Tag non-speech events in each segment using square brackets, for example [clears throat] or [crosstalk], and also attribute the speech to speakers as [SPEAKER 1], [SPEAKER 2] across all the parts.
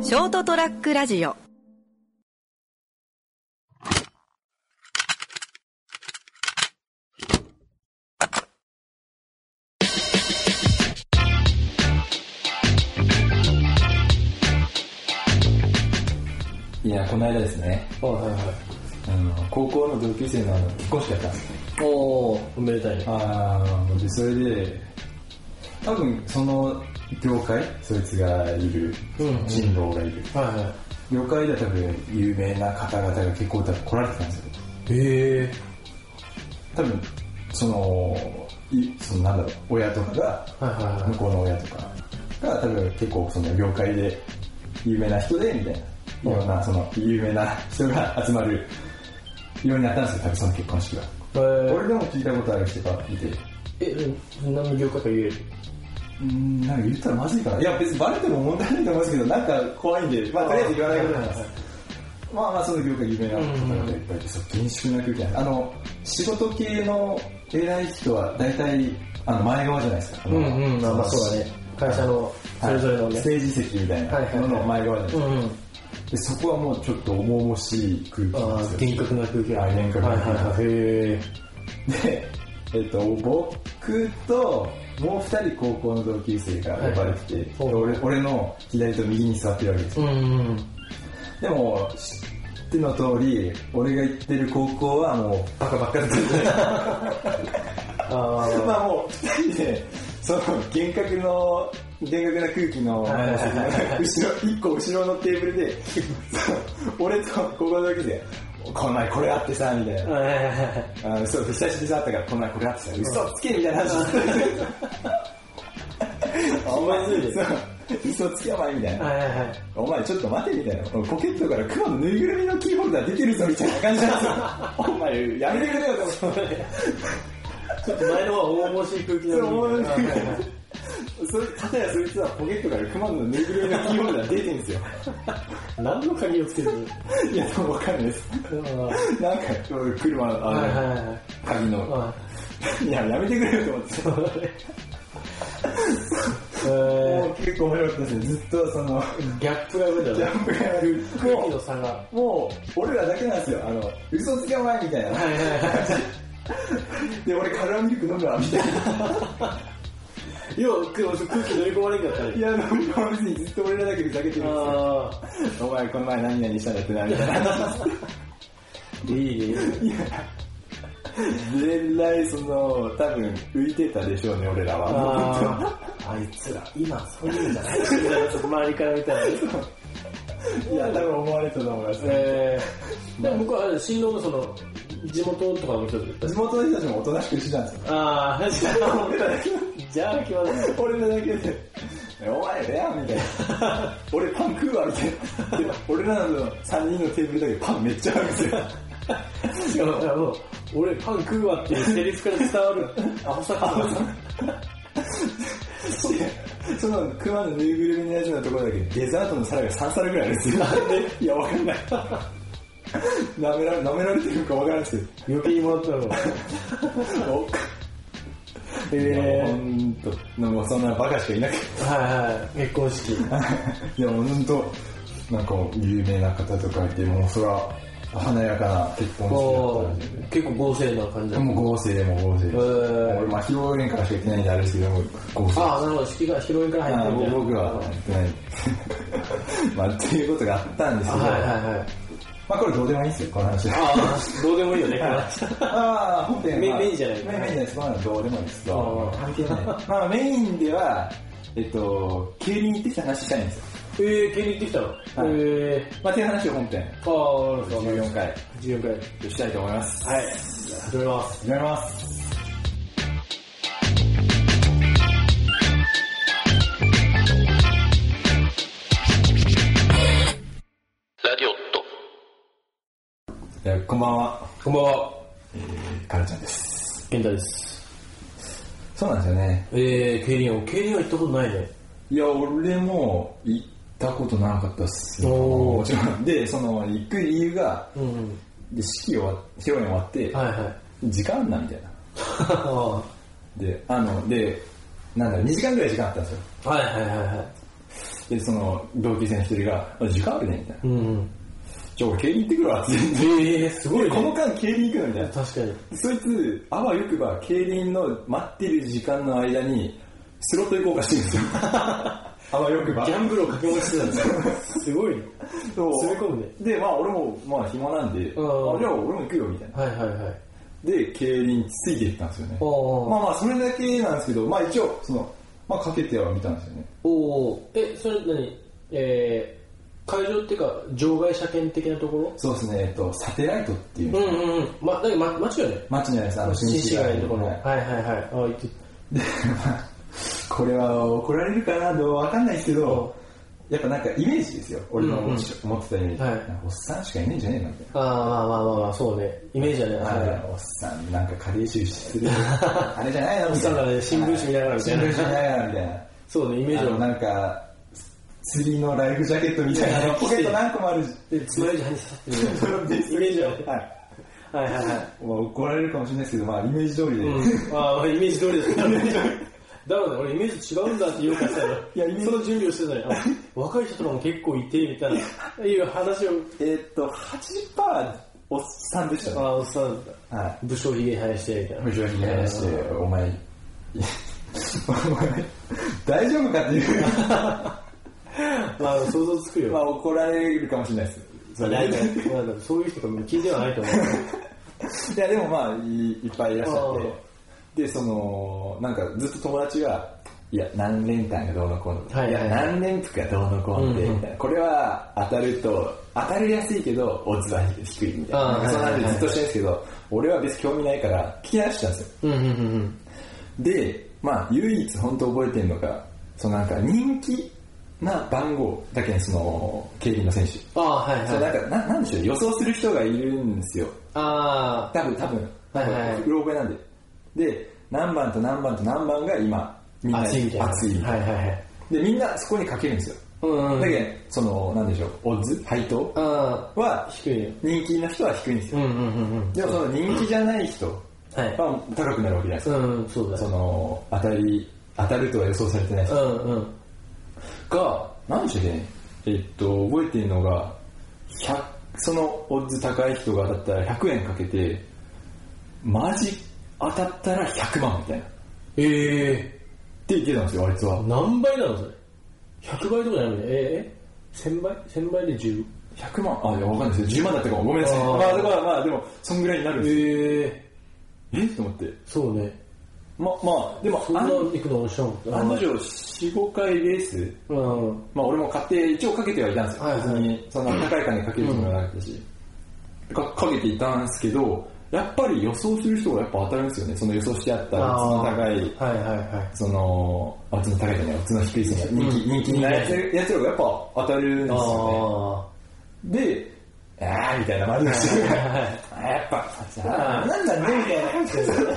[SPEAKER 1] ショートトラックラジオ
[SPEAKER 2] いや、この間ですね、
[SPEAKER 3] はいはいは
[SPEAKER 2] あの高校の同級生のあの結婚式やったんですね。
[SPEAKER 3] い。おお、おめでたいね。
[SPEAKER 2] あーで、それで、多分その業界、そいつがいる、
[SPEAKER 3] うんうん
[SPEAKER 2] 人狼がいる、
[SPEAKER 3] はいは
[SPEAKER 2] 業界では多分有名な方々が結構多分来られてたんですよ。
[SPEAKER 3] い。え
[SPEAKER 2] 多分その、いそのなんだろう、親とかが、
[SPEAKER 3] えはいはい
[SPEAKER 2] 向こうの親とかが多分結構その業界で有名な人でみたいな、いろんなその有名な人が集まるようになったんですよ、多分その結婚式が。
[SPEAKER 3] はい。
[SPEAKER 2] 俺でも聞いたことある人がいて、
[SPEAKER 3] えー、え、何の業界か言える
[SPEAKER 2] うん、なんか言ったらまずいかな。いや、別にバレても問題ないと思うんですけど、なんか怖いんで、まあ、とりあえず言わないことなんです。まあまあ、その業界有名な方々がいっぱいいて、そう厳粛な空気なんですあの、仕事系の偉い人は大体、あの、前側じゃないですか。
[SPEAKER 3] うんうん、まあまあそうだね。会社のそれぞれの
[SPEAKER 2] はい
[SPEAKER 3] ね
[SPEAKER 2] ス。テージ席みたい
[SPEAKER 3] はいはい
[SPEAKER 2] な
[SPEAKER 3] はい
[SPEAKER 2] のの前側じゃないです
[SPEAKER 3] う
[SPEAKER 2] か。
[SPEAKER 3] んうん。
[SPEAKER 2] でそこはもうちょっと重々しい空気
[SPEAKER 3] あ
[SPEAKER 2] な
[SPEAKER 3] あ
[SPEAKER 2] ん、です
[SPEAKER 3] 厳
[SPEAKER 2] よ。
[SPEAKER 3] 格な空気
[SPEAKER 2] あ厳格な
[SPEAKER 3] はい
[SPEAKER 2] 空気
[SPEAKER 3] はいはい。へ
[SPEAKER 2] で、えっ、と、僕と、もう二人高校の同級生が呼ばれてて、
[SPEAKER 3] はい
[SPEAKER 2] 俺俺の左と右に座ってるわけです
[SPEAKER 3] え。う
[SPEAKER 2] よ。
[SPEAKER 3] んうん。
[SPEAKER 2] でも、知っての通り、俺が行ってる高校はもう、バカバカだった。
[SPEAKER 3] あ
[SPEAKER 2] まあもう、二人で、その、厳格の、厳格な空気の、
[SPEAKER 3] はいはいはい
[SPEAKER 2] 後ろ、一個後ろのテーブルで、そう俺と高校の同級生、この前これあってさ、みたいな
[SPEAKER 3] あ。。はいはいはい。
[SPEAKER 2] あのそう、久しぶりだったから、こんなこれあってさ、嘘つけみたいな
[SPEAKER 3] [laughs]
[SPEAKER 2] 話してた。お前、そう嘘つけお前みたいな。
[SPEAKER 3] はいはいはい。
[SPEAKER 2] お前ちょっと待てみたいな。ポケットからクマのぬいぐるみのキーホルダー出てるぞみたいな感じ
[SPEAKER 3] [laughs]
[SPEAKER 2] なんですよ。お前、やめてくれよと思って。
[SPEAKER 3] ちょっと前の方は重々しい空気な
[SPEAKER 2] そう
[SPEAKER 3] のに。
[SPEAKER 2] 思うんだ
[SPEAKER 3] はい
[SPEAKER 2] け
[SPEAKER 3] はいはい
[SPEAKER 2] どそれ、たたやそいつはポケットからクマのぬいぐるみのキーホルダー出てるんですよ。
[SPEAKER 3] 何の鍵をつけずに。
[SPEAKER 2] いや、でもわかんないです。なんか、車の、
[SPEAKER 3] ああはいは
[SPEAKER 2] あ
[SPEAKER 3] いはい
[SPEAKER 2] の、鍵の、
[SPEAKER 3] はい
[SPEAKER 2] や、やめてくれよと思って。
[SPEAKER 3] い。え
[SPEAKER 2] もう結構面白かったですね。ずっとその、
[SPEAKER 3] ーギャップが上だよ
[SPEAKER 2] ジ
[SPEAKER 3] ね
[SPEAKER 2] ャ。ンプがある。
[SPEAKER 3] 空気の差が。
[SPEAKER 2] もう、俺らだけなんですよ。あの、嘘つけお前みたいな。
[SPEAKER 3] はいはいはい。
[SPEAKER 2] で、俺カラーミルク飲むわ、みたいな。
[SPEAKER 3] よう、空空気乗り込まれんかった
[SPEAKER 2] い
[SPEAKER 3] ね。
[SPEAKER 2] や、飲みは別にずっと俺らだけふざけてるんですよ。
[SPEAKER 3] あ
[SPEAKER 2] お前この前何々したんだってな、みたいな。
[SPEAKER 3] あ、いいね。
[SPEAKER 2] いや、全来その、多分浮いてたでしょうね、俺らは。
[SPEAKER 3] ああ、あいつら、今そういうんじゃないみたいな、ちょっと周りから見た
[SPEAKER 2] [laughs]
[SPEAKER 3] ら。
[SPEAKER 2] いや、多分思われたと思いますね。
[SPEAKER 3] えー、でも僕はあれ、新郎のその、地元とかの人
[SPEAKER 2] 地
[SPEAKER 3] で。
[SPEAKER 2] 元の人たちもおとなしくしてたんですよ。
[SPEAKER 3] ああ、じゃあ、
[SPEAKER 2] 俺らだけ。
[SPEAKER 3] じゃあ、決まらない。
[SPEAKER 2] 俺らだけで、お前レアみたい [laughs] な。俺パン食うわみたいな。で俺らの3人のテーブルだけパンめっちゃあるん [laughs] ですよ。
[SPEAKER 3] しかも、あの俺パン食うわっていうセリフから伝わる、アホさか。
[SPEAKER 2] その熊のぬいぐるみのやつのところだけデザートの皿が3皿ぐらいあるんですよ。いや、わかんない。舐められ、舐められてるかわからんですけど。
[SPEAKER 3] 余計にもらったの。
[SPEAKER 2] お
[SPEAKER 3] え
[SPEAKER 2] ほんと、もうそんなバカしかい
[SPEAKER 3] [laughs]
[SPEAKER 2] なくて。
[SPEAKER 3] ー、はいはい、結婚式。
[SPEAKER 2] いや、もうほんと、なんか有名な方とかいて、もうそら、華やかな結婚式だっ
[SPEAKER 3] こ
[SPEAKER 2] たんで。
[SPEAKER 3] う結構合成な感じだ
[SPEAKER 2] でも合成でも合成で
[SPEAKER 3] へー
[SPEAKER 2] 俺、まあ、披露宴からしか行ってないんであれですけども、合成。
[SPEAKER 3] ああ、なるほど、式が披露宴から入
[SPEAKER 2] あ
[SPEAKER 3] ってるみたいな
[SPEAKER 2] 僕は行ってない。 [laughs] まあ、っていうことがあったんですけど、
[SPEAKER 3] はいはいはい。
[SPEAKER 2] まあ、これどうでもいいんですよ、この話は。
[SPEAKER 3] ああ、どうでもいいよね、
[SPEAKER 2] ああ、本編は
[SPEAKER 3] メインメインじゃない
[SPEAKER 2] メインメインじゃないです。まあ、どうでもいいです。
[SPEAKER 3] あー
[SPEAKER 2] 関係ない。まあ、メインでは、えっと、競輪行ってきた話したいんですよ。
[SPEAKER 3] えー、急に行ってきたの、
[SPEAKER 2] い
[SPEAKER 3] え
[SPEAKER 2] まあ、っていう話を本編、
[SPEAKER 3] ー、ああ、なるほど。
[SPEAKER 2] 14回、
[SPEAKER 3] 14回。
[SPEAKER 2] したいと思います。
[SPEAKER 3] はい。始めます。
[SPEAKER 2] 始めます。ラディオット。こんばんは、
[SPEAKER 3] こんばんは。
[SPEAKER 2] カルちゃんです。
[SPEAKER 3] 健太です。
[SPEAKER 2] そうなんですよね。
[SPEAKER 3] えー、競輪を、競輪は行ったことないね。
[SPEAKER 2] いや、俺も行ったことなかったっすよ
[SPEAKER 3] おー
[SPEAKER 2] もちろん。で、その、行く理由が、
[SPEAKER 3] うんうん。
[SPEAKER 2] で式終わ披露宴終わって、
[SPEAKER 3] はいはい。
[SPEAKER 2] 時間あんなみたいな。
[SPEAKER 3] は
[SPEAKER 2] で、あの、で、なんだろう、2時間ぐらい時間あったんですよ。
[SPEAKER 3] いはいはいはい。
[SPEAKER 2] で、その、同級生の一人が、あ時間あるね、みたいな。
[SPEAKER 3] うん。
[SPEAKER 2] じゃあ俺競輪行ってくるわ、って言って [laughs]
[SPEAKER 3] ええすごいね。
[SPEAKER 2] この間競輪行くのみたいな。
[SPEAKER 3] 確かに。
[SPEAKER 2] そいつ、あわよくば、競輪の待ってる時間の間に、スロット行こうかしてるんですよ。 [laughs] あわよくば
[SPEAKER 3] ギ。ャンブルを掛け持ちしてたんだ。すごいね。
[SPEAKER 2] そう
[SPEAKER 3] 攻め込むね
[SPEAKER 2] で、まあ俺も、まあ暇なんで、あじゃあ
[SPEAKER 3] ん
[SPEAKER 2] 俺も行くよ、みたいな。
[SPEAKER 3] はいはいはい。
[SPEAKER 2] で、競輪ついていったんですよね。
[SPEAKER 3] お
[SPEAKER 2] まあまあ、それだけなんですけど、まあ一応、その、まあかけては見たんですよね。
[SPEAKER 3] おおえ、それ何えー、会場っていうか、場外車検的なところ
[SPEAKER 2] そうですね、えっと、サテライトっていうう、
[SPEAKER 3] んうんうん。ま、だけど、ま、間違いない。
[SPEAKER 2] 街じゃないですか、あの、
[SPEAKER 3] 新市街のところ。
[SPEAKER 2] は
[SPEAKER 3] はいいはいはい。あ、行って。
[SPEAKER 2] で、まあ、これは怒られるかなどうわかんないですけど、やっぱなんかイメージですよ。俺の
[SPEAKER 3] うんうん
[SPEAKER 2] 思ってたイメージ。
[SPEAKER 3] はい
[SPEAKER 2] なんかおっさんしかいないんじゃねえのみたい
[SPEAKER 3] あーまあまあまあまあ、そうね。イメージはね。
[SPEAKER 2] な。
[SPEAKER 3] はい
[SPEAKER 2] おっさん、なんか仮収集す
[SPEAKER 3] [laughs]
[SPEAKER 2] る。あれじゃないのみたい
[SPEAKER 3] おっさんが
[SPEAKER 2] な。
[SPEAKER 3] ね新聞紙見ながらみたいな
[SPEAKER 2] 新聞紙見ながらみたいな。
[SPEAKER 3] そうね、イメー
[SPEAKER 2] あ
[SPEAKER 3] ジ
[SPEAKER 2] の、
[SPEAKER 3] は。
[SPEAKER 2] なんか、釣りのライフジャケットみたいなあの、ポケット何個もある。
[SPEAKER 3] で、つまようじ歯に刺さってるみたいな。イメージはね。
[SPEAKER 2] はい。
[SPEAKER 3] [laughs] はいはいはい。
[SPEAKER 2] まあ、怒られるかもしれないですけど、まあ、イメージ通りで。
[SPEAKER 3] うん、ああ、イメージ通りだ [laughs] った。だろうね、俺イメージ違うんだって言おうとした [laughs] ら、
[SPEAKER 2] いやイメージ
[SPEAKER 3] その準備をしてたのよ。あ若い人とかも結構いて、みたいな、 [laughs] いう話を、
[SPEAKER 2] えーっと、80%おっさんでした
[SPEAKER 3] あ
[SPEAKER 2] ね。
[SPEAKER 3] あ、おっさんだった。
[SPEAKER 2] はい。
[SPEAKER 3] 武将髭生やして、みたいな。
[SPEAKER 2] 無情に話して、お前、お前、大丈夫かっていう。
[SPEAKER 3] [laughs] まあ、想像つくよ。
[SPEAKER 2] まあ、怒られるかもしれないです。
[SPEAKER 3] まあないから [laughs] まあでもそういう人とも聞いてはないと思う。
[SPEAKER 2] いや、でもまあ、いいっぱいいらっしゃ
[SPEAKER 3] あ
[SPEAKER 2] って、で、その、なんかずっと友達が、いや、何連単がどうのこうの、
[SPEAKER 3] はいはいはい
[SPEAKER 2] や、何連複がどうのこうので、
[SPEAKER 3] うんうん
[SPEAKER 2] みたいな。これは当たると、当たりやすいけど、オッズは低いみたいな。な
[SPEAKER 3] あー
[SPEAKER 2] んかそんなん
[SPEAKER 3] はい
[SPEAKER 2] で
[SPEAKER 3] は
[SPEAKER 2] ず
[SPEAKER 3] いは
[SPEAKER 2] っ
[SPEAKER 3] い
[SPEAKER 2] としてるんですけど、俺は別に興味ないから、聞き流してたんですよ。
[SPEAKER 3] [laughs] うんうんうん
[SPEAKER 2] で、まあ、唯一本当覚えてるのが、そのなんか人気な番号だけにその、競輪の選手。
[SPEAKER 3] ああ、はい
[SPEAKER 2] そう
[SPEAKER 3] は。
[SPEAKER 2] ないんかな、なんでしょう、予想する人がいるんですよ。
[SPEAKER 3] あ
[SPEAKER 2] 多分、多分。
[SPEAKER 3] はいはいはいう
[SPEAKER 2] ろ覚えなんで。で、何番と何番と何番が今、みん
[SPEAKER 3] あ、
[SPEAKER 2] な
[SPEAKER 3] 熱いみたいな。
[SPEAKER 2] 熱いみたいな
[SPEAKER 3] はいはいはい。
[SPEAKER 2] で、みんなそこにかけるんですよ。
[SPEAKER 3] うんうん。
[SPEAKER 2] だけど、その、なんでしょう、オッズ、配当
[SPEAKER 3] あ
[SPEAKER 2] は
[SPEAKER 3] あ、、低いね。
[SPEAKER 2] 人気の人は低いんです
[SPEAKER 3] う
[SPEAKER 2] よ。
[SPEAKER 3] んうんうんうん。
[SPEAKER 2] でも、その人気じゃない人
[SPEAKER 3] はい。
[SPEAKER 2] は高くなるわけじゃないです
[SPEAKER 3] う
[SPEAKER 2] か。
[SPEAKER 3] んうん、そうだ。
[SPEAKER 2] その、当たり、当たるとは予想されてない人
[SPEAKER 3] うんうん。
[SPEAKER 2] が、何でしたっけねえっと、覚えてるのが、100そのオッズ高い人が当たったら100円かけて、マジ当たったら100万みたいな。っ
[SPEAKER 3] ええ
[SPEAKER 2] て言ってたんですよ、あいつは。
[SPEAKER 3] 何倍なのそれ100倍とかじゃないのねええ1000倍1000倍で10
[SPEAKER 2] 100万あ、いや、わかんないですよ。10万だったかも。ごめんなさい。
[SPEAKER 3] あ
[SPEAKER 2] ま
[SPEAKER 3] ー
[SPEAKER 2] あ、だからまあ、でも、そんぐらいになるんですよ。
[SPEAKER 3] ええ
[SPEAKER 2] えと思って。
[SPEAKER 3] そうね
[SPEAKER 2] ま、まあ、でも、
[SPEAKER 3] そんな
[SPEAKER 2] あん
[SPEAKER 3] 行くの面白い
[SPEAKER 2] 案の定、4、5回レース、
[SPEAKER 3] うん
[SPEAKER 2] まあ、俺も買って、一応かけてはいたんですよ。
[SPEAKER 3] はいはい
[SPEAKER 2] 別に、そんな高い金かけるつもりはなかったし、かかけていたんですけど、やっぱり予想する人がやっぱ当たるんですよね。その予想してあった、
[SPEAKER 3] あ
[SPEAKER 2] その
[SPEAKER 3] ー
[SPEAKER 2] 高い、
[SPEAKER 3] はいはいはい
[SPEAKER 2] その、あ、その高いじゃない、その低いその人気、人気なやつやつらがやっぱ当たるんですよ
[SPEAKER 3] あ
[SPEAKER 2] ね。で、あーみたいな丸出し
[SPEAKER 3] あはい
[SPEAKER 2] あやっぱ、あーなんだね、みたいな。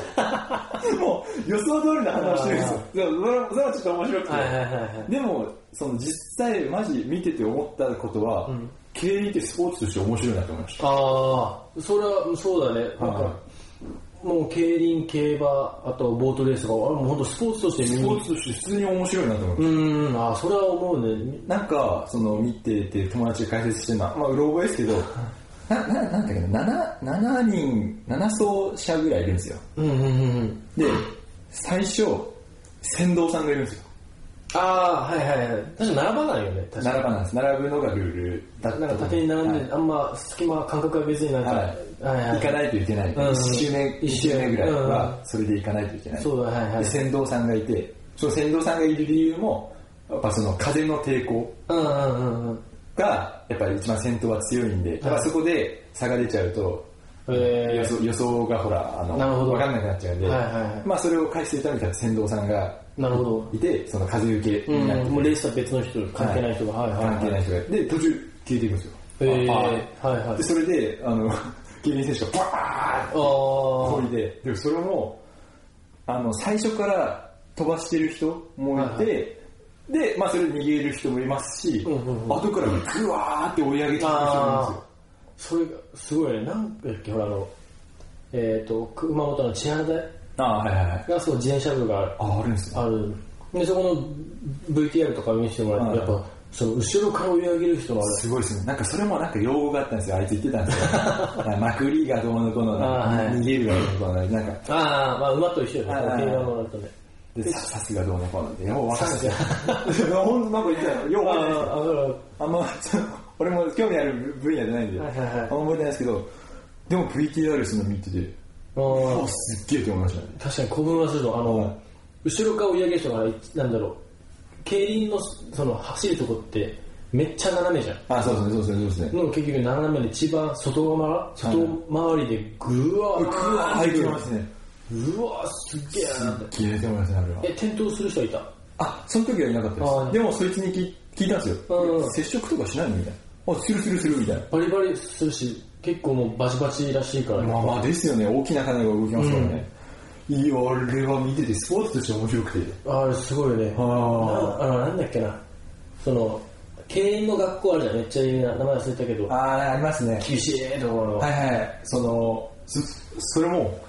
[SPEAKER 2] [laughs] もう予想通りの話をしてるんですよ。でもそれはそれはちょっと面白くて。
[SPEAKER 3] はいはいはい
[SPEAKER 2] でも、その実際マジ見てて思ったことは、
[SPEAKER 3] ん
[SPEAKER 2] 経営ってスポーツとして面白いなと思いました。
[SPEAKER 3] ああそれはそうだねなん
[SPEAKER 2] はい
[SPEAKER 3] かもう競輪競馬あとボートレースとかあもう本当スポーツとして見
[SPEAKER 2] ス
[SPEAKER 3] に
[SPEAKER 2] ポーツとして普通に面白いなと思いまし
[SPEAKER 3] うんああそれは思うね
[SPEAKER 2] た。なんか、その見てて友達が解説してるのは、まあ、うろ覚えですけど、な、な、なんだっけな、7、7人、7走者ぐらいいるんですよ。
[SPEAKER 3] うんうんうんうん
[SPEAKER 2] で、最初、先導さんがいるんですよ。
[SPEAKER 3] ああーはいはいはい確か並ばないよね確かに
[SPEAKER 2] 並ばなんです。並ぶのがルールだった
[SPEAKER 3] なん
[SPEAKER 2] と思
[SPEAKER 3] か
[SPEAKER 2] う
[SPEAKER 3] 縦に並んで、
[SPEAKER 2] はい
[SPEAKER 3] あんま隙間、感覚は別になんか、
[SPEAKER 2] はい
[SPEAKER 3] はいはい
[SPEAKER 2] 行かないといけない。
[SPEAKER 3] うんうん
[SPEAKER 2] 1周目、一周目ぐらいは、それで行かないといけない。
[SPEAKER 3] そうだ、はいはい
[SPEAKER 2] で。船頭さんがいてその船頭さんがいる理由もやっぱその風の抵抗
[SPEAKER 3] うんうんうんうん。
[SPEAKER 2] がやっぱり一番先頭は強いんで、やっぱそこで差が出ちゃうと、
[SPEAKER 3] えー
[SPEAKER 2] 予想予想がほらあの
[SPEAKER 3] なるほど
[SPEAKER 2] 分かんなくなっちゃうんで、
[SPEAKER 3] はいはいはい
[SPEAKER 2] まあ、それを回収するために船頭さんが
[SPEAKER 3] なるほど。
[SPEAKER 2] いてその風受け
[SPEAKER 3] う
[SPEAKER 2] になって
[SPEAKER 3] ん、
[SPEAKER 2] て
[SPEAKER 3] もうレースとは別の人、関係ない人が、はいはいはい。
[SPEAKER 2] 関係ない人がで途中消えていくんですよ、
[SPEAKER 3] えー、
[SPEAKER 2] あ
[SPEAKER 3] はい
[SPEAKER 2] あ
[SPEAKER 3] はい
[SPEAKER 2] で。それであの [laughs] 競輪選手がバーッ
[SPEAKER 3] ああ
[SPEAKER 2] こ
[SPEAKER 3] はい
[SPEAKER 2] で、でもそれも、あの、最初から飛ばしてる人もい
[SPEAKER 3] はい
[SPEAKER 2] て、で、まあそれ逃げる人もいますし、
[SPEAKER 3] うんうんうん
[SPEAKER 2] 後からグワーって追い上げてくる人もいるんですよ。
[SPEAKER 3] あーそれが、すごいね。なんだっけ、ほら、あの、えっ、と、熊本の千原台
[SPEAKER 2] ああー、はいはいはい。
[SPEAKER 3] が、そう、自転車部が
[SPEAKER 2] ああ、あるんですね。
[SPEAKER 3] ある。で、そこの VTR とか見せてもらって、
[SPEAKER 2] はい
[SPEAKER 3] やっぱ、その後ろから追い上げる人は
[SPEAKER 2] すごいですね。なんかそれもなんか用語があったんですよ。あいつ言ってたん
[SPEAKER 3] [laughs]
[SPEAKER 2] ですよ。あまくりがどうのこうの、
[SPEAKER 3] あーはい
[SPEAKER 2] 逃げるがどうのこうの、なんか、
[SPEAKER 3] あれああまあ馬と一緒だ
[SPEAKER 2] ああ
[SPEAKER 3] ね競馬のあれとね
[SPEAKER 2] で、刺すがどうのこうのって、よう分かんない
[SPEAKER 3] 刺
[SPEAKER 2] [laughs] ですよ。ほんとなんか言ってたよ。よう分
[SPEAKER 3] あ
[SPEAKER 2] かんないですよ。
[SPEAKER 3] あああ
[SPEAKER 2] あんま、ちょ俺も興味ある分野じゃないんで、
[SPEAKER 3] はいはいはい
[SPEAKER 2] あんま覚えてないですけど、でも VTR するの見てて、
[SPEAKER 3] あ
[SPEAKER 2] あすっげえと思いましたね。
[SPEAKER 3] 確かに古文はするのあの、
[SPEAKER 2] はい
[SPEAKER 3] 後ろから追い上げる人がなんだろう競輪のその走るとこってめっちゃ斜めじゃん
[SPEAKER 2] あ、そうですね、そうですね、そうですね。
[SPEAKER 3] の結局斜めで一番外側外回りでぐわー
[SPEAKER 2] うわー、入ってますね。
[SPEAKER 3] うわーすげえなって
[SPEAKER 2] 消えてましたね、あれは
[SPEAKER 3] え。転倒する人いた
[SPEAKER 2] あ、その時はいなかったで
[SPEAKER 3] あー
[SPEAKER 2] す。でも、そいつに聞聞いたんです
[SPEAKER 3] う
[SPEAKER 2] よ。
[SPEAKER 3] ん
[SPEAKER 2] 接触とかしないのみたいな。あ、するするするみたいな。
[SPEAKER 3] バリバリするし結構もうバチバチらしいから、
[SPEAKER 2] まあまあですよね、大きな金が動きますからね。いや、あれは見てて、スポーツとして面白くて。
[SPEAKER 3] あれすごいよね
[SPEAKER 2] あー
[SPEAKER 3] なあのなんだっけなその競輪の学校あるじゃんめっちゃ有名な名前忘れたけど
[SPEAKER 2] ああ、ありますね。
[SPEAKER 3] 厳しいところの、
[SPEAKER 2] はいはい。その、そそれも、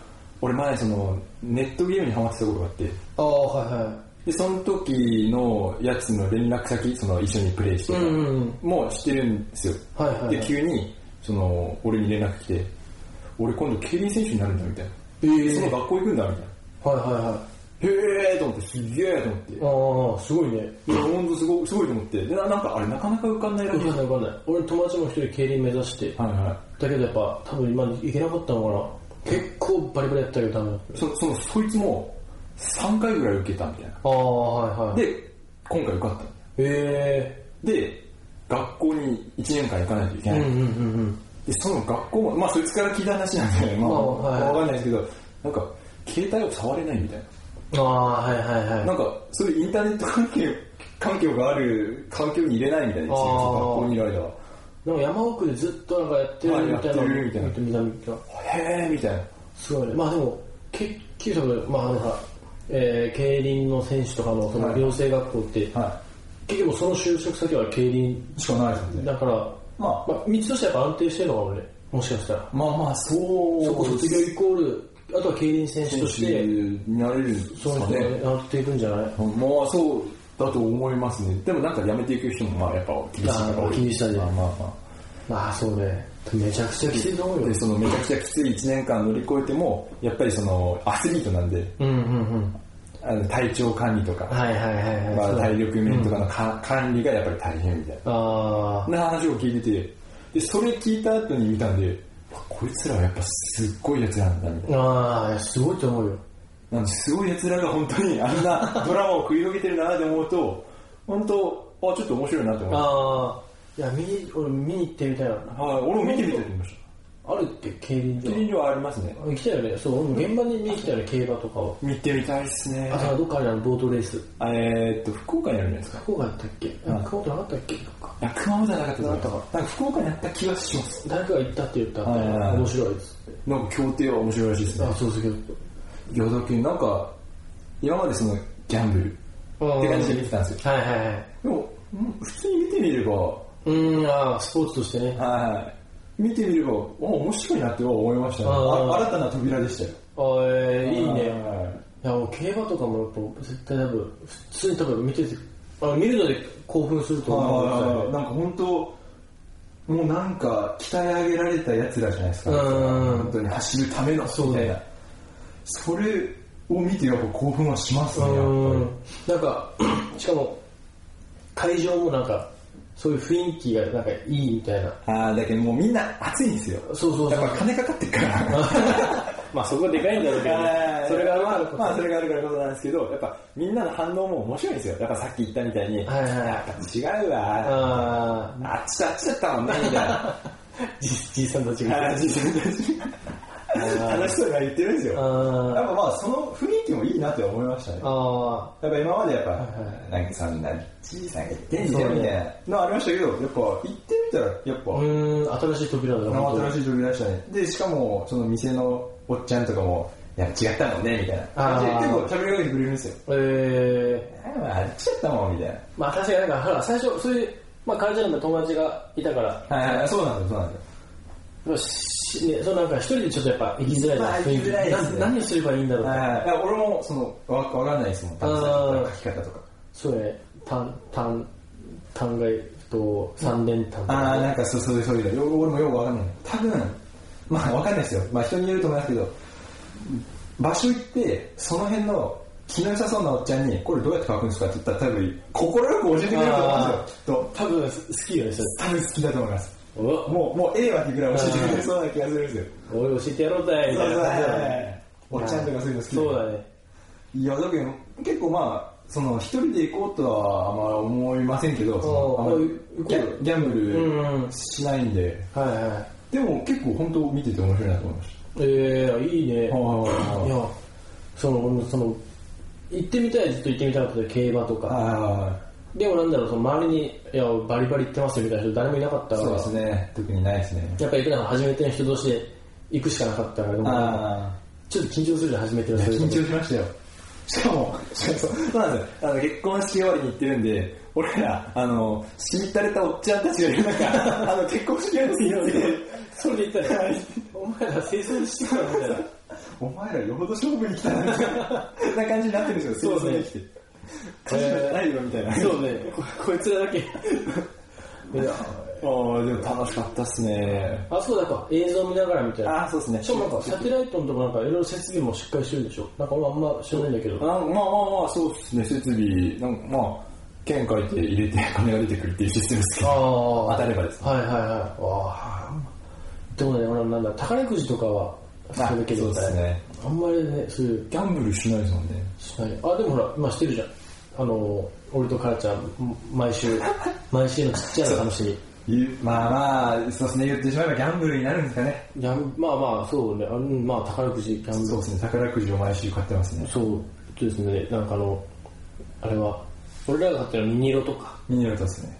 [SPEAKER 2] 俺前、その、ネットゲームにハマってたことがあって、
[SPEAKER 3] ああはいは
[SPEAKER 2] で、その時のやつの連絡先、その一緒にプレイして
[SPEAKER 3] い
[SPEAKER 2] た、
[SPEAKER 3] うんうんうん
[SPEAKER 2] もう知ってるんですよ。
[SPEAKER 3] はいはいはい
[SPEAKER 2] で、急に、その、俺に連絡来て、俺今度競輪選手になるんだ、みたいな。
[SPEAKER 3] えー
[SPEAKER 2] その学校行くんだ、みたいな。
[SPEAKER 3] はいはいはい
[SPEAKER 2] へえーと思って、すげえと思って。
[SPEAKER 3] ああすごいね
[SPEAKER 2] いや、ほんとすごい、すごいと思って。で、ななんかあれ、なかなか浮かんないらし
[SPEAKER 3] 分
[SPEAKER 2] い
[SPEAKER 3] かんない分かんない俺友達も一人競輪目指して
[SPEAKER 2] はいは
[SPEAKER 3] だけどやっぱ多分今いけなかったのかな結構バリバリやったけど多分
[SPEAKER 2] い。そその、そいつも、3回ぐらい受けたみたいな。
[SPEAKER 3] ああはいはい
[SPEAKER 2] で、今回受かった。
[SPEAKER 3] え
[SPEAKER 2] で、学校に1年間行かないといけ
[SPEAKER 3] え
[SPEAKER 2] ない。
[SPEAKER 3] うんうんうんうん
[SPEAKER 2] で、その学校も、まあ、そいつから聞いた話なんで、まあ、
[SPEAKER 3] まあ
[SPEAKER 2] わ、
[SPEAKER 3] はい
[SPEAKER 2] かんないですけど、なんか、携帯を触れないみたい
[SPEAKER 3] ああはいはいはい
[SPEAKER 2] な。なんか、そういうインターネット関係、環境がある環境に入れないみたいですね、
[SPEAKER 3] あー
[SPEAKER 2] その学校にいる間は。
[SPEAKER 3] なんか山奥でずっとなんかやってるみたい
[SPEAKER 2] は
[SPEAKER 3] な
[SPEAKER 2] いやってるみたいな
[SPEAKER 3] 見てみたみたいな
[SPEAKER 2] へえみたいな。
[SPEAKER 3] すごいねまあでも結局まああのさ、えー、競輪の選手とかのその
[SPEAKER 2] はい
[SPEAKER 3] 養成学校って、
[SPEAKER 2] は
[SPEAKER 3] 結局その就職先は競輪
[SPEAKER 2] い。しかないですよね。
[SPEAKER 3] だから、
[SPEAKER 2] まあ
[SPEAKER 3] まあ、道としてはやっぱ安定してるのかもねもしかしたら
[SPEAKER 2] まあまあ、そう。
[SPEAKER 3] そこ卒業イコールあとは競輪選手
[SPEAKER 2] 選
[SPEAKER 3] と
[SPEAKER 2] 手
[SPEAKER 3] して
[SPEAKER 2] になれるんです
[SPEAKER 3] そういう
[SPEAKER 2] か
[SPEAKER 3] 人が
[SPEAKER 2] ね。
[SPEAKER 3] ねなっていくんじゃない
[SPEAKER 2] まあそうだと思いますね。でもなんか辞めていく人もまあやっぱ厳しいから
[SPEAKER 3] あー厳しさで
[SPEAKER 2] まあまあま
[SPEAKER 3] まあそうねめちゃくちゃきついと思
[SPEAKER 2] あ。
[SPEAKER 3] う
[SPEAKER 2] で、
[SPEAKER 3] よ
[SPEAKER 2] そのめちゃくちゃきつい1年間乗り越えても、やっぱりそのアスリートなんで、
[SPEAKER 3] うんうんうん
[SPEAKER 2] あの体調管理とか、
[SPEAKER 3] はいはいはいはい、
[SPEAKER 2] まあ
[SPEAKER 3] そうだ
[SPEAKER 2] 体力面とかのか、管理がやっぱり大変みたい
[SPEAKER 3] あ
[SPEAKER 2] な。な話を聞いてて、で、それ聞いた後に見たんで、こいつらはやっぱすっごい奴らなんだみたいな。
[SPEAKER 3] ーあーいやすごいと思うよ
[SPEAKER 2] なんですごい奴らが本当にあんなドラマを繰り広げてるなって思うと、本当、あ、ちょっと面白いなって思う。
[SPEAKER 3] ああいや見に俺見に行ってみたいな
[SPEAKER 2] はい、俺も見てみたいと思いました。
[SPEAKER 3] あるって競輪場
[SPEAKER 2] 競輪場はありますね。
[SPEAKER 3] 行きたいよねそう俺も現場に見に来たよね競馬とかを
[SPEAKER 2] 見てみたいですね
[SPEAKER 3] あ。とはどっかあるやんボートレース
[SPEAKER 2] えーっと、福岡にあるんじゃないですか。
[SPEAKER 3] 福岡やったっけ
[SPEAKER 2] ん
[SPEAKER 3] 福岡なかったっけなんか
[SPEAKER 2] いや、熊本じゃなかったです
[SPEAKER 3] なかった
[SPEAKER 2] なんか福岡にあった気がします。
[SPEAKER 3] 誰かが行ったって言ったって
[SPEAKER 2] はいはいはい
[SPEAKER 3] 面白いです
[SPEAKER 2] なんか協定は面白いらしいですね
[SPEAKER 3] あ。そうそうそう
[SPEAKER 2] いや、だけどなんか、今までそのギャンブルって感じで見てたんですよ。
[SPEAKER 3] はいはいはい
[SPEAKER 2] でも、うん普通に見てみれば、は
[SPEAKER 3] うーんあースポーツとしてね
[SPEAKER 2] いはい。見てみれば、あ、面白いなって思いましたね。
[SPEAKER 3] あー
[SPEAKER 2] あ新たな扉でしたよ。
[SPEAKER 3] あーえーいいね
[SPEAKER 2] はい
[SPEAKER 3] いやもう競馬とかもやっぱ絶対多分普通に多分見ててあ見るので興奮すると思
[SPEAKER 2] あ
[SPEAKER 3] う
[SPEAKER 2] なんか本当もうなんか鍛え上げられたやつらじゃないですか
[SPEAKER 3] うん
[SPEAKER 2] 本当に走るためのみたいなそれを見てやっぱ興奮はしますねやっぱ
[SPEAKER 3] うんなんか [clears throat] しかも会場もなんかそういう雰囲気がなんかいいみたいな
[SPEAKER 2] りああだけどもうみんな暑いんですよ
[SPEAKER 3] そうそうそう
[SPEAKER 2] やっぱ金かかってっから
[SPEAKER 3] まあそこでかいんだろうそれがまあ、
[SPEAKER 2] まあそれがあるからこそなんですけどやっぱみんなの反応も面白いんですよやっぱさっき言ったみたいに、
[SPEAKER 3] はいはい
[SPEAKER 2] やっぱ違うわ
[SPEAKER 3] あ
[SPEAKER 2] あっちとあっちだったもんねみたいな
[SPEAKER 3] ーじじいさんたちが
[SPEAKER 2] 話楽しそうには言ってるんですよやっ
[SPEAKER 3] あ
[SPEAKER 2] ぱまあその雰囲気もいいなって思いましたね
[SPEAKER 3] ー。あ
[SPEAKER 2] やっぱ今までやっぱ、
[SPEAKER 3] は
[SPEAKER 2] なんかそんな、じいさんが言ってんじゃ
[SPEAKER 3] そ
[SPEAKER 2] ん
[SPEAKER 3] うね
[SPEAKER 2] みたいなのありましたけど、やっぱ行ってみたら、やっぱ、
[SPEAKER 3] ーうーん新しい扉だな
[SPEAKER 2] なん
[SPEAKER 3] 本
[SPEAKER 2] か
[SPEAKER 3] 当
[SPEAKER 2] 新
[SPEAKER 3] に
[SPEAKER 2] しい扉でしたね。で、しかも、その店のおっちゃんとかも、いや、違ったもんね、みたいな感じで
[SPEAKER 3] あー
[SPEAKER 2] 結構喋りかけてくれるんですよ。
[SPEAKER 3] え
[SPEAKER 2] あーまああっちだったもん、みたい
[SPEAKER 3] ー、まあ確かになんかほら最初そういう、まあ、会長の友達がいたから
[SPEAKER 2] な。はいはい、そうなんですよ、そうなんですよ。
[SPEAKER 3] まあしね、そうなんか一人でちょっとやっぱ行きづらいじゃん
[SPEAKER 2] まあ行きづらいですね
[SPEAKER 3] な何をすればいいんだろうって、
[SPEAKER 2] はいいや俺も、その、わわかんないですもん、
[SPEAKER 3] あ
[SPEAKER 2] 書
[SPEAKER 3] ー
[SPEAKER 2] き方とか。
[SPEAKER 3] そうね単単単外と三連単と
[SPEAKER 2] ああ、
[SPEAKER 3] か
[SPEAKER 2] なんかそう、そういう、そういうの。よ俺もよくわかんない。多分、まあわかんないですよ。まあ人によると思いますけど、場所行って、その辺の気の良さそうなおっちゃんに、これどうやって乾くんですかって言ったら多分、心よく教えてくれると思うんですよ。きっと、
[SPEAKER 3] 多分好きよねそれ
[SPEAKER 2] 多分好きだと思います。
[SPEAKER 3] うわも
[SPEAKER 2] もう、もうええわってぐらい教えてくれそうな気がするんですよ。
[SPEAKER 3] う俺教えてやろうだいみ
[SPEAKER 2] そ
[SPEAKER 3] た
[SPEAKER 2] う
[SPEAKER 3] い
[SPEAKER 2] そう
[SPEAKER 3] な感じだ
[SPEAKER 2] は
[SPEAKER 3] ね
[SPEAKER 2] いおっちゃんとかそういうの好き
[SPEAKER 3] そうだね
[SPEAKER 2] いや、だけど、結構まあ、その、一人で行こうとはあんま思いませんけど、そのあんま
[SPEAKER 3] ああ
[SPEAKER 2] り
[SPEAKER 3] 行こう
[SPEAKER 2] ギャギャン
[SPEAKER 3] うん
[SPEAKER 2] ブ
[SPEAKER 3] うん
[SPEAKER 2] ルしないんで、
[SPEAKER 3] はいは
[SPEAKER 2] でも結構本当見てて面白いなと思いまし
[SPEAKER 3] いえー、いいね
[SPEAKER 2] た。
[SPEAKER 3] いやその俺もその行ってみたいずっと行ってみたかったけど競馬とか
[SPEAKER 2] あ
[SPEAKER 3] でもなんだろうその周りに「いやバリバリ行ってますよ」みたいな人誰もいなかった
[SPEAKER 2] あ、
[SPEAKER 3] か
[SPEAKER 2] そう
[SPEAKER 3] ら
[SPEAKER 2] ですね。特にないですね。
[SPEAKER 3] やっぱ行くなら初めての人同士で行くしかなかったからでも
[SPEAKER 2] あ
[SPEAKER 3] ちょっと緊張するじゃん初めての
[SPEAKER 2] あ、
[SPEAKER 3] 人
[SPEAKER 2] 緊張しましたよ。しかも、しかもそうそうなんですよ。あの、結婚式終わりに行ってるんで、俺ら、あの、しみったれたおっちゃんたちがいる中、あ [laughs] の、結婚式終わりに行って、
[SPEAKER 3] それで言ったら「お前ら清掃してきた」みたいな
[SPEAKER 2] お前らよほど勝負に来たなみたいな [laughs] そんな感じになってるんですよ、
[SPEAKER 3] そ
[SPEAKER 2] 清
[SPEAKER 3] うね
[SPEAKER 2] 掃に来て。勝ち負けないよみたいな。
[SPEAKER 3] そうねここいつらだけいや
[SPEAKER 2] ああ、でも楽しかったっすね。
[SPEAKER 3] あそうだか映像見ながらみたいな
[SPEAKER 2] ああ、そうですね。
[SPEAKER 3] しかもなんかサテライトのとこなんかいろいろ設備もしっかりしてるでしょなんか俺あんま知らないんだけど
[SPEAKER 2] あまあまあまあ、そうですね、設備、なんかまあ、券書いて入れて金が出てくるっていうシステムですけど、
[SPEAKER 3] あ
[SPEAKER 2] 当たればですね。
[SPEAKER 3] はいはいはい。わあ。でもね、俺なんだ、宝くじとかは、それだけど
[SPEAKER 2] あそうですね。
[SPEAKER 3] あんまりね、そういう、
[SPEAKER 2] ギャンブルしないですもんね。
[SPEAKER 3] しない。あ、でもほら、今してるじゃん。あの、俺と母ちゃん、ん毎週、 [laughs] 毎週のちっちゃいの楽しみ。
[SPEAKER 2] ゆまあまあ、そうですね、言ってしまえばギャンブルになるんですかね。
[SPEAKER 3] ギャンまあまあ、そうね、あうんまあ宝くじ、ギャンブ
[SPEAKER 2] そうですね、宝くじを毎週買ってますね。
[SPEAKER 3] そうですね、なんかあの、あれは、俺らが買ったのミニ色とか
[SPEAKER 2] ミニロトですね。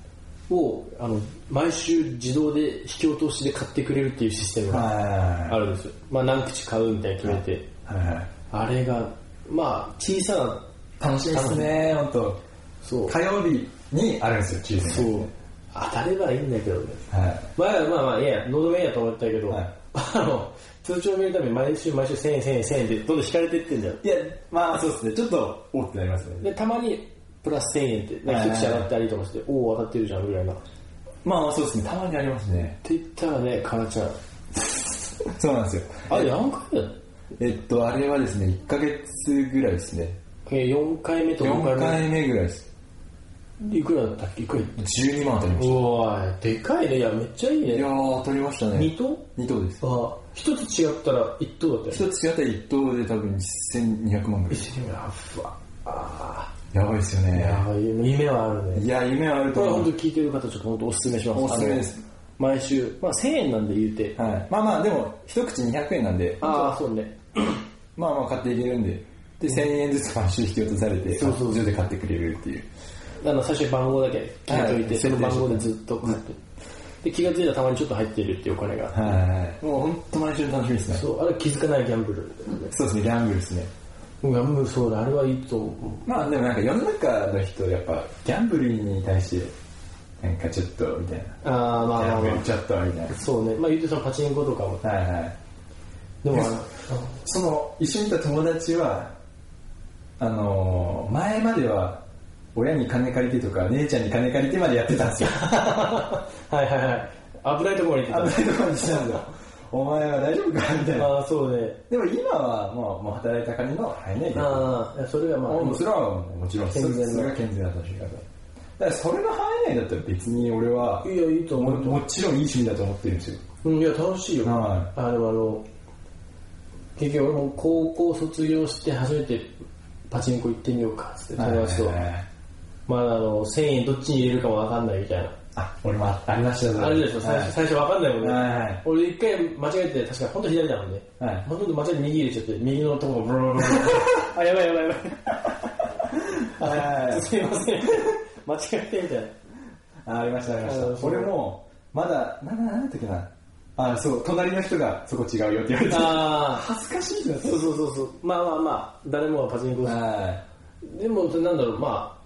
[SPEAKER 3] を、あの、毎週自動で引き落としで買ってくれるっていうシステムがあ
[SPEAKER 2] は
[SPEAKER 3] るんですよ。まあ何口買うみたいに決めて。
[SPEAKER 2] い。はいはい。
[SPEAKER 3] あれが、まあ、小さな、
[SPEAKER 2] 楽しいですね、本当。
[SPEAKER 3] そう、
[SPEAKER 2] 火曜日にあるんですよ、抽
[SPEAKER 3] そ
[SPEAKER 2] 選
[SPEAKER 3] う、当たればいいんだけどね。
[SPEAKER 2] が。はい。
[SPEAKER 3] 前はまあまあ、いや、喉弁やと思ったけど、
[SPEAKER 2] はい
[SPEAKER 3] あの、通帳を見るために毎週毎週1000円、1000円、1000円でどんどん引かれてってんだよ。
[SPEAKER 2] いや、まあそうですね、ちょっと、おってなりますね。
[SPEAKER 3] で、たまに、プラス1000円って、なんか一口上がったりとかして、おお、当たってるじゃん、ぐらいな。って
[SPEAKER 2] まあそうですね、たまにありますね。
[SPEAKER 3] 言ったらね、かなちゃん。
[SPEAKER 2] そうなんですよ。
[SPEAKER 3] あれ、何回だよ
[SPEAKER 2] えっと、あれはですね、1ヶ月ぐらいですね。
[SPEAKER 3] えー、4回目と
[SPEAKER 2] 4
[SPEAKER 3] 5回
[SPEAKER 2] 回目ぐらいです。
[SPEAKER 3] 目。いくらだったっけいくらだっ
[SPEAKER 2] 12万当たりま
[SPEAKER 3] た
[SPEAKER 2] し
[SPEAKER 3] おーい、でかいね。いや、めっちゃいい
[SPEAKER 2] た。いや
[SPEAKER 3] ね。
[SPEAKER 2] ー、当たりました
[SPEAKER 3] 2
[SPEAKER 2] ね。
[SPEAKER 3] 等
[SPEAKER 2] 2等です。
[SPEAKER 3] あ、一つ違ったら1等だったよ
[SPEAKER 2] 一
[SPEAKER 3] ね。
[SPEAKER 2] つ違ったら1等で多分1200万ぐらい。
[SPEAKER 3] やば。
[SPEAKER 2] やばいですよ
[SPEAKER 3] いや
[SPEAKER 2] ね。
[SPEAKER 3] 夢はあるね
[SPEAKER 2] い。や、夢はある
[SPEAKER 3] ことれは
[SPEAKER 2] 思
[SPEAKER 3] 本
[SPEAKER 2] う
[SPEAKER 3] 当。に聞いてる方、ちょっと本当おすすめします。
[SPEAKER 2] おすすめです
[SPEAKER 3] あの。毎週、まあ1000円なんで言うて。
[SPEAKER 2] はい。まあまあ、でも、一口200円なんで、
[SPEAKER 3] ああ、そうね。
[SPEAKER 2] まあまあ買っていけるんで、で、1000円ずつ毎週引き落とされて、
[SPEAKER 3] そうそう
[SPEAKER 2] 上で買ってくれるっていう。
[SPEAKER 3] あの、最初に番号だけ決めといて、
[SPEAKER 2] はい
[SPEAKER 3] その番号でずっと買って。で、気がついたらたまにちょっと入ってるっていうお金が。
[SPEAKER 2] はい。もう本当毎週楽しみですね。
[SPEAKER 3] そう、あれ気づかないギャンブル。
[SPEAKER 2] そうですね、ギャンブルですね。
[SPEAKER 3] ギャンブルそうだ、あれはいいと思
[SPEAKER 2] まあでもなんか世の中の人、やっぱギャンブルに対して、なんかちょっとみたいな。
[SPEAKER 3] う。ああ、まあ
[SPEAKER 2] ギ
[SPEAKER 3] ま
[SPEAKER 2] ャ
[SPEAKER 3] あ
[SPEAKER 2] ンブ
[SPEAKER 3] ま
[SPEAKER 2] ルちょっとみたい
[SPEAKER 3] あ。そうね。まあ言うてそのパチンコとかも。
[SPEAKER 2] な。はいはい。
[SPEAKER 3] でもあの、 [laughs]
[SPEAKER 2] その、一緒にいた友達は、あのー前までは、親に金借りてとか、姉ちゃんに金借りてまでやってたんですよ。
[SPEAKER 3] はいはいはい。危ないところに行って
[SPEAKER 2] 危ないとこにしたんですよ。お前は大丈夫かみたい
[SPEAKER 3] た。
[SPEAKER 2] な。
[SPEAKER 3] ああ、そうね。
[SPEAKER 2] でも今は、もう、もう働いた金の入らないで。
[SPEAKER 3] ああ、いやそれがまあ、
[SPEAKER 2] もうそれはもちろん、そ
[SPEAKER 3] 健
[SPEAKER 2] れ
[SPEAKER 3] 全な
[SPEAKER 2] それが健全な楽しみ方。だからそれが入らないんだったら別に俺は、
[SPEAKER 3] いや、いいと
[SPEAKER 2] も
[SPEAKER 3] 思う。
[SPEAKER 2] もちろんいい趣味だと思ってるんですよ。
[SPEAKER 3] うん、いや、楽しいよ。
[SPEAKER 2] は
[SPEAKER 3] あの、あの、結局俺も高校卒業して初めてパチンコ行ってみようか、つって友達と。まあ、あの、1000円どっちに入れるかもわかんないみたいな。
[SPEAKER 2] あ、俺もあありました
[SPEAKER 3] あれでしょ、最初、最初わかんないもんね。
[SPEAKER 2] はいはい
[SPEAKER 3] 俺一回間違えて、確か本当左だもんね。
[SPEAKER 2] はい
[SPEAKER 3] 本当に間違えて右入れちゃって、右のとこがブルブルブルブル。 [laughs] あ、やばいやばいや
[SPEAKER 2] はいはい
[SPEAKER 3] ば
[SPEAKER 2] はい
[SPEAKER 3] い。 [laughs] すいません。間違えてみたいな。
[SPEAKER 2] あありました、ありま
[SPEAKER 3] あ
[SPEAKER 2] した。
[SPEAKER 3] そう
[SPEAKER 2] 俺も、まだ、な、な、なんだったっけな。あ、そう、隣の人がそこ違うよって言われて。
[SPEAKER 3] ああ。
[SPEAKER 2] 恥ずかしいな、
[SPEAKER 3] そうそうそうそう。まあまあまあ、誰もがパチンコ
[SPEAKER 2] は
[SPEAKER 3] でもなんだろうまあ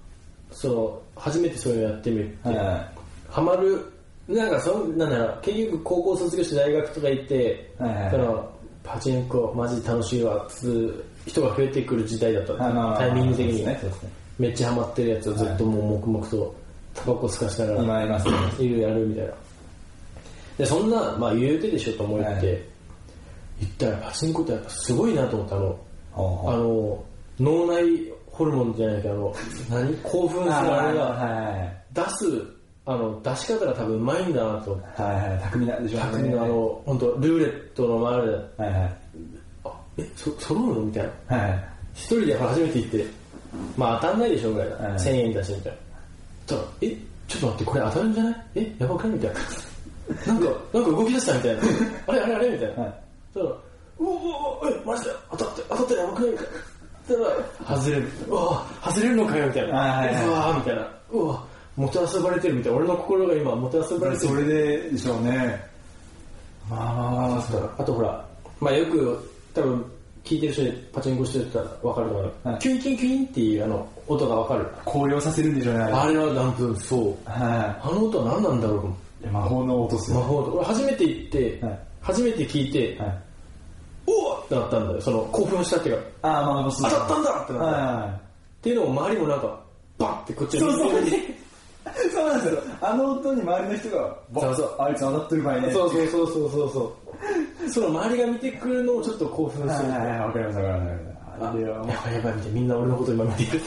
[SPEAKER 3] その初めてそういうのやってみるって、
[SPEAKER 2] い。
[SPEAKER 3] は
[SPEAKER 2] は
[SPEAKER 3] まるなんかそのなんだろう結局高校卒業して大学とか行って、
[SPEAKER 2] はいはい
[SPEAKER 3] そのパチンコマジ楽しいわっつう人が増えてくる時代だった、
[SPEAKER 2] い。あの
[SPEAKER 3] タイミング的に、
[SPEAKER 2] そうですね、そうですね。
[SPEAKER 3] めっちゃハマってるやつをずっともう黙々とタバコ吸かしなが
[SPEAKER 2] あの
[SPEAKER 3] ら
[SPEAKER 2] ありますね
[SPEAKER 3] いるやるみたいなでそんなまあ言うてでしょと思って、
[SPEAKER 2] はい
[SPEAKER 3] 行ったらパチンコってやっぱすごいなと思ったのあ
[SPEAKER 2] あ
[SPEAKER 3] の脳内ホルモンじゃないけどあの何興奮するあれが
[SPEAKER 2] は
[SPEAKER 3] 出すあの出し方が多分うまいんだなと思って
[SPEAKER 2] いはいはい巧みなんでしょうね
[SPEAKER 3] 匠のあの本当ルーレットの周りで
[SPEAKER 2] はいはい
[SPEAKER 3] あえそ揃うのみたいな
[SPEAKER 2] はい
[SPEAKER 3] 一人で初めて行ってまあ当たんないでしょぐらいだ、
[SPEAKER 2] うん
[SPEAKER 3] 1000円だしみたいなそしたらえちょっと待ってこれ当たるんじゃないえやばくないみたいななんかなんか動き出したみたいなあれあれあれみたいな、
[SPEAKER 2] はい
[SPEAKER 3] そしたらうわうわうわえマジで当たって当たってやばくないみたいなそしたら外れるうわ外れるのかよみたいな、
[SPEAKER 2] はいはいはいう
[SPEAKER 3] わみたいなうわもてあそばれてるみたいな俺の心が今もてあそばれてる
[SPEAKER 2] それででしょうねまあまあまあまあ
[SPEAKER 3] だからあとほら、まあ、よく多分聞いてる人でパチンコしてる人は分かると思う、
[SPEAKER 2] はい
[SPEAKER 3] キュインキュインキュインっていうあの音が分かる
[SPEAKER 2] 高揚させるんでしょうね
[SPEAKER 3] あれは何分そう
[SPEAKER 2] は
[SPEAKER 3] あの音は何なんだろう
[SPEAKER 2] い魔法の音っす
[SPEAKER 3] 魔
[SPEAKER 2] よ
[SPEAKER 3] 法と俺初めて行って、
[SPEAKER 2] はい
[SPEAKER 3] 初めて聞いて、
[SPEAKER 2] はい
[SPEAKER 3] おおってなったんだよその興奮したっていうか
[SPEAKER 2] ああまあまあ
[SPEAKER 3] 当たったんだってなった、っ
[SPEAKER 2] は
[SPEAKER 3] ていうのを周りもなんかバッてこっち
[SPEAKER 2] い
[SPEAKER 3] に
[SPEAKER 2] そうそうそうなんですよあの音に周りの人が「
[SPEAKER 3] そ
[SPEAKER 2] ボ
[SPEAKER 3] うそう
[SPEAKER 2] スあいつ当たってる場合 [laughs] ね」
[SPEAKER 3] そうそうそうそうそうそうその周りが見てくるのをちょっと興奮す
[SPEAKER 2] はい
[SPEAKER 3] る、
[SPEAKER 2] はいはいわかりますわかります
[SPEAKER 3] あ
[SPEAKER 2] あれはもう
[SPEAKER 3] やばいやばいみたいなみんな俺のこと今見て
[SPEAKER 2] [laughs]
[SPEAKER 3] る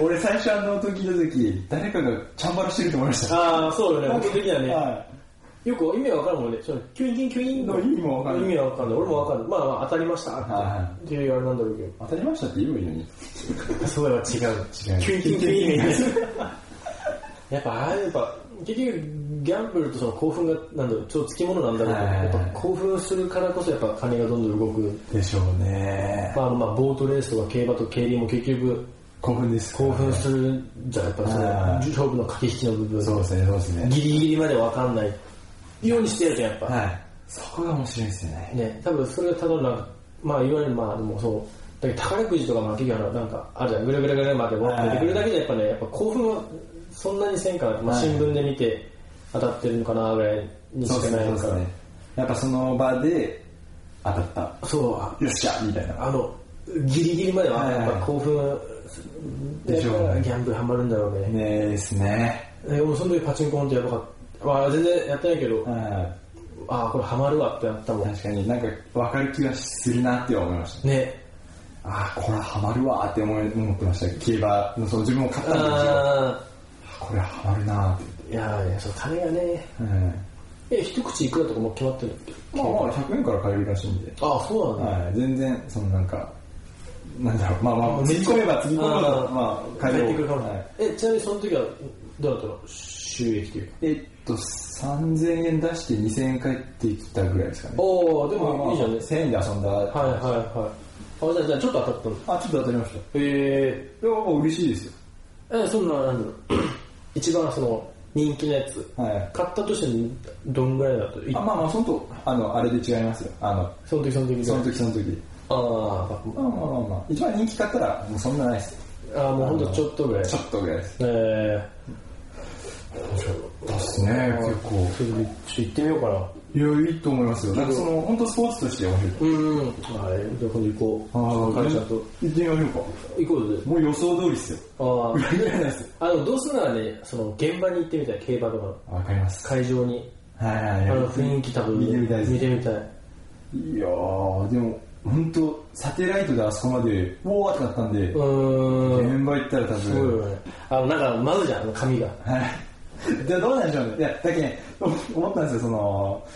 [SPEAKER 2] 俺最初あの音聞いた時誰かがチャンバラしてると思いました
[SPEAKER 3] ああそうだね僕的にはね、
[SPEAKER 2] は
[SPEAKER 3] よく意味は分からんもんね。そのキュインキュインキュイン
[SPEAKER 2] の意味もわかんない
[SPEAKER 3] 意味は分かんない。俺も分かんない。まあまあ当たりました。
[SPEAKER 2] は
[SPEAKER 3] っていうあれなんだろうけ
[SPEAKER 2] い当たりましたって言えばいいのに
[SPEAKER 3] ど。それは違う。
[SPEAKER 2] 違う
[SPEAKER 3] キュインキュインキュインみたいな。やっぱああいうやっぱ結局ギャンブルとその興奮がなんだろう超つきものなんだろうけど、
[SPEAKER 2] はいはいはい
[SPEAKER 3] やっぱ興奮するからこそやっぱ金がどんどん動く。
[SPEAKER 2] でしょうね
[SPEAKER 3] まああのまあボートレースとか競馬と競輪も結局
[SPEAKER 2] 興奮です
[SPEAKER 3] 興奮するじゃんやっぱその
[SPEAKER 2] はいはい
[SPEAKER 3] 勝負の駆け引きの部分。
[SPEAKER 2] そうですねそうですね
[SPEAKER 3] ギリギリまで分かんないようにしてるじゃんやっぱ。
[SPEAKER 2] はいそこが面白いですよね
[SPEAKER 3] ね、多分それがただなんか、まあ、いわゆるまあ、でもそう、だけど宝くじとか負けがなんか、あるじゃん、ぐるぐるぐるまで
[SPEAKER 2] はい
[SPEAKER 3] 出てくるだけで、やっぱね、やっぱ興奮はそんなにせんから、まあ、
[SPEAKER 2] はい
[SPEAKER 3] 新聞で見て当たってるのかなぐらいに
[SPEAKER 2] そ
[SPEAKER 3] し
[SPEAKER 2] うですね
[SPEAKER 3] かない
[SPEAKER 2] そうで
[SPEAKER 3] のか
[SPEAKER 2] す
[SPEAKER 3] ら、
[SPEAKER 2] ねやっぱその場で当たった
[SPEAKER 3] そう、あ
[SPEAKER 2] よっしゃみたいな
[SPEAKER 3] あの、ギリギリまでは
[SPEAKER 2] はい
[SPEAKER 3] やっぱ興奮
[SPEAKER 2] でしょうね
[SPEAKER 3] やっぱギャンブルハマるんだろうね。
[SPEAKER 2] ねえですね
[SPEAKER 3] でもその時パチンコ本当やばかった。まあ、全然やってないけど、
[SPEAKER 2] は
[SPEAKER 3] ああ、これハマるわってなったも
[SPEAKER 2] い
[SPEAKER 3] ん。
[SPEAKER 2] 確かになんかわかる気がするなっては思いました
[SPEAKER 3] ね。
[SPEAKER 2] ああこれはハマるわーって思い思ってました競馬のその自分を買ったんですよ
[SPEAKER 3] あ
[SPEAKER 2] これはハマるなーって
[SPEAKER 3] あ、いやいや、そう、金がね、
[SPEAKER 2] うん
[SPEAKER 3] え、一口いくらとかもう決まってるんだっけ
[SPEAKER 2] まあまあ100円から買えるらしいんで、
[SPEAKER 3] ああ、そうなんだ。
[SPEAKER 2] はい、全然そのなんかなんだろうまあまあ
[SPEAKER 3] め
[SPEAKER 2] つ
[SPEAKER 3] っ
[SPEAKER 2] ぎ
[SPEAKER 3] ち
[SPEAKER 2] 込
[SPEAKER 3] ゃ
[SPEAKER 2] めばつぎ込めば
[SPEAKER 3] あー
[SPEAKER 2] まあ買え
[SPEAKER 3] 帰
[SPEAKER 2] る
[SPEAKER 3] ってくるかも
[SPEAKER 2] は
[SPEAKER 3] ね
[SPEAKER 2] い。
[SPEAKER 3] え、ちなみにその時は、どうだったの収益というか。
[SPEAKER 2] えっと3000円出して2000円返ってきたぐらいですかね
[SPEAKER 3] おおで
[SPEAKER 2] で
[SPEAKER 3] もいいじゃんね。
[SPEAKER 2] 1000円で遊んだ
[SPEAKER 3] はいはいはい。あ、じゃあ、じゃあちょっと当たったの。
[SPEAKER 2] あちょっと当たりましたい
[SPEAKER 3] え
[SPEAKER 2] やまあ嬉しいですよ
[SPEAKER 3] え、そんな、なんだろう。 [clears throat] 一番その、人気のやつ。
[SPEAKER 2] はい
[SPEAKER 3] 買ったとしてどんぐらいだとい
[SPEAKER 2] あまあまあそのとあのあれで違いますよあの
[SPEAKER 3] その時その時
[SPEAKER 2] その
[SPEAKER 3] 時。
[SPEAKER 2] 時その時
[SPEAKER 3] あ
[SPEAKER 2] ま
[SPEAKER 3] ー
[SPEAKER 2] あまあまあまあ一番人気買ったらもうそんなないです
[SPEAKER 3] あー、もうほんとちょっとぐらい。
[SPEAKER 2] ちょっとぐらいです
[SPEAKER 3] え
[SPEAKER 2] ですね結構
[SPEAKER 3] え、それでちょっと行ってみようかな。
[SPEAKER 2] いやいいと思いますよなんかその本当スポーツとして面白い
[SPEAKER 3] うんうん。はい。じゃあ今度行こう。
[SPEAKER 2] あ
[SPEAKER 3] 彼
[SPEAKER 2] あ、
[SPEAKER 3] ちゃんと。
[SPEAKER 2] 行ってみましょうか。
[SPEAKER 3] 行こうぜ。
[SPEAKER 2] もう予想通りですよ。
[SPEAKER 3] ああ。
[SPEAKER 2] 裏切らないです。
[SPEAKER 3] あのどうするならね、その現場に行ってみたい、競馬とかの
[SPEAKER 2] わかります。
[SPEAKER 3] 会場に、
[SPEAKER 2] はいはい
[SPEAKER 3] あ
[SPEAKER 2] はい
[SPEAKER 3] の雰囲気多分
[SPEAKER 2] 見てみたいです。
[SPEAKER 3] 見
[SPEAKER 2] い
[SPEAKER 3] てみたい。
[SPEAKER 2] やー、でも、本当サテライトであそこまで、おーってなったんで、
[SPEAKER 3] うーん、
[SPEAKER 2] 現場行ったら多
[SPEAKER 3] すごい
[SPEAKER 2] 分。
[SPEAKER 3] よね。あの、なんか、まずじゃん、あの髪が。
[SPEAKER 2] はい。じゃあどうなんでしょうね。いや、だけね、お思ったんですよ、その、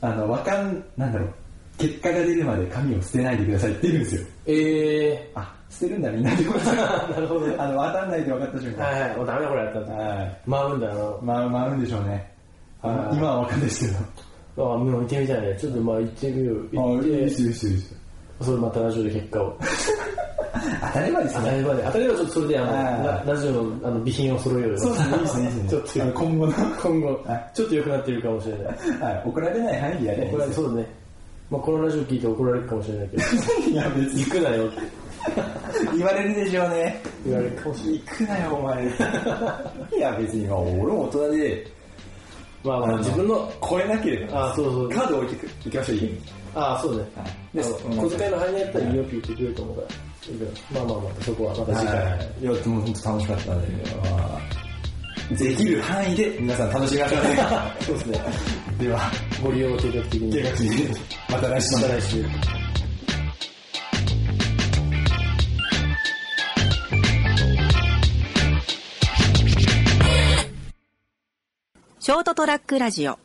[SPEAKER 2] あの、わかん、なんだろう、結果が出るまで紙を捨てないでくださいって言うんですよ。
[SPEAKER 3] ええ
[SPEAKER 2] あ、捨てるんだみんなってことですよ
[SPEAKER 3] [laughs] なるほどね
[SPEAKER 2] あの、わかんないで分かった瞬
[SPEAKER 3] ー、
[SPEAKER 2] 間。
[SPEAKER 3] はいはい、もうダメだこれやったら。
[SPEAKER 2] はい。
[SPEAKER 3] 舞うんだよ
[SPEAKER 2] まあ、回るんでしょうね。あ
[SPEAKER 3] あー
[SPEAKER 2] 今はわかんないですけど。
[SPEAKER 3] な。ああ、もう行ってみたいね。ちょっとまあ行ってみよう。行っ
[SPEAKER 2] あいいです
[SPEAKER 3] て、
[SPEAKER 2] よいいですよいいですよ
[SPEAKER 3] それまたラジオで結果を。
[SPEAKER 2] 当たればです
[SPEAKER 3] 当た
[SPEAKER 2] ね。
[SPEAKER 3] り前で。当たり前はちょっとそれで、あの
[SPEAKER 2] はい
[SPEAKER 3] ラ、ラジオのあの備品を揃えようよ。
[SPEAKER 2] そうですね、いいですね、いいですね。
[SPEAKER 3] ちょっと
[SPEAKER 2] あの今後の、
[SPEAKER 3] 今後
[SPEAKER 2] は、
[SPEAKER 3] ちょっと良くなってるかもしれない。
[SPEAKER 2] はい、怒られない範囲でやれ
[SPEAKER 3] こ
[SPEAKER 2] ばいい
[SPEAKER 3] れ
[SPEAKER 2] ですよ。
[SPEAKER 3] そうだね。まあこのラジオ聞いて怒られるかもしれないけど、
[SPEAKER 2] いや、別に
[SPEAKER 3] 行くなよって
[SPEAKER 2] 言われるでしょうね。
[SPEAKER 3] 言われるかもしれない。
[SPEAKER 2] 行くなよ、お前。いや、別に、まあ俺も大人で、
[SPEAKER 3] まあまあ自分の、
[SPEAKER 2] 超えなければ、
[SPEAKER 3] あそうそう
[SPEAKER 2] カード置いてく、行きましょう、家に。
[SPEAKER 3] ああ、そうね。
[SPEAKER 2] で
[SPEAKER 3] あ
[SPEAKER 2] そ
[SPEAKER 3] の
[SPEAKER 2] う
[SPEAKER 3] 小遣いの範囲にやったらいいよって言ってくれると思うから。いいけどまあまあまあ、そこはまた次回。
[SPEAKER 2] いや、でも本当楽しかったんで、まあできる範囲で皆さん楽しみましょうね。
[SPEAKER 3] そうですね。
[SPEAKER 2] では、
[SPEAKER 3] ご利用計画的に。
[SPEAKER 2] 計画的に、また来週。
[SPEAKER 3] また来週。
[SPEAKER 1] ショートトラックラジオ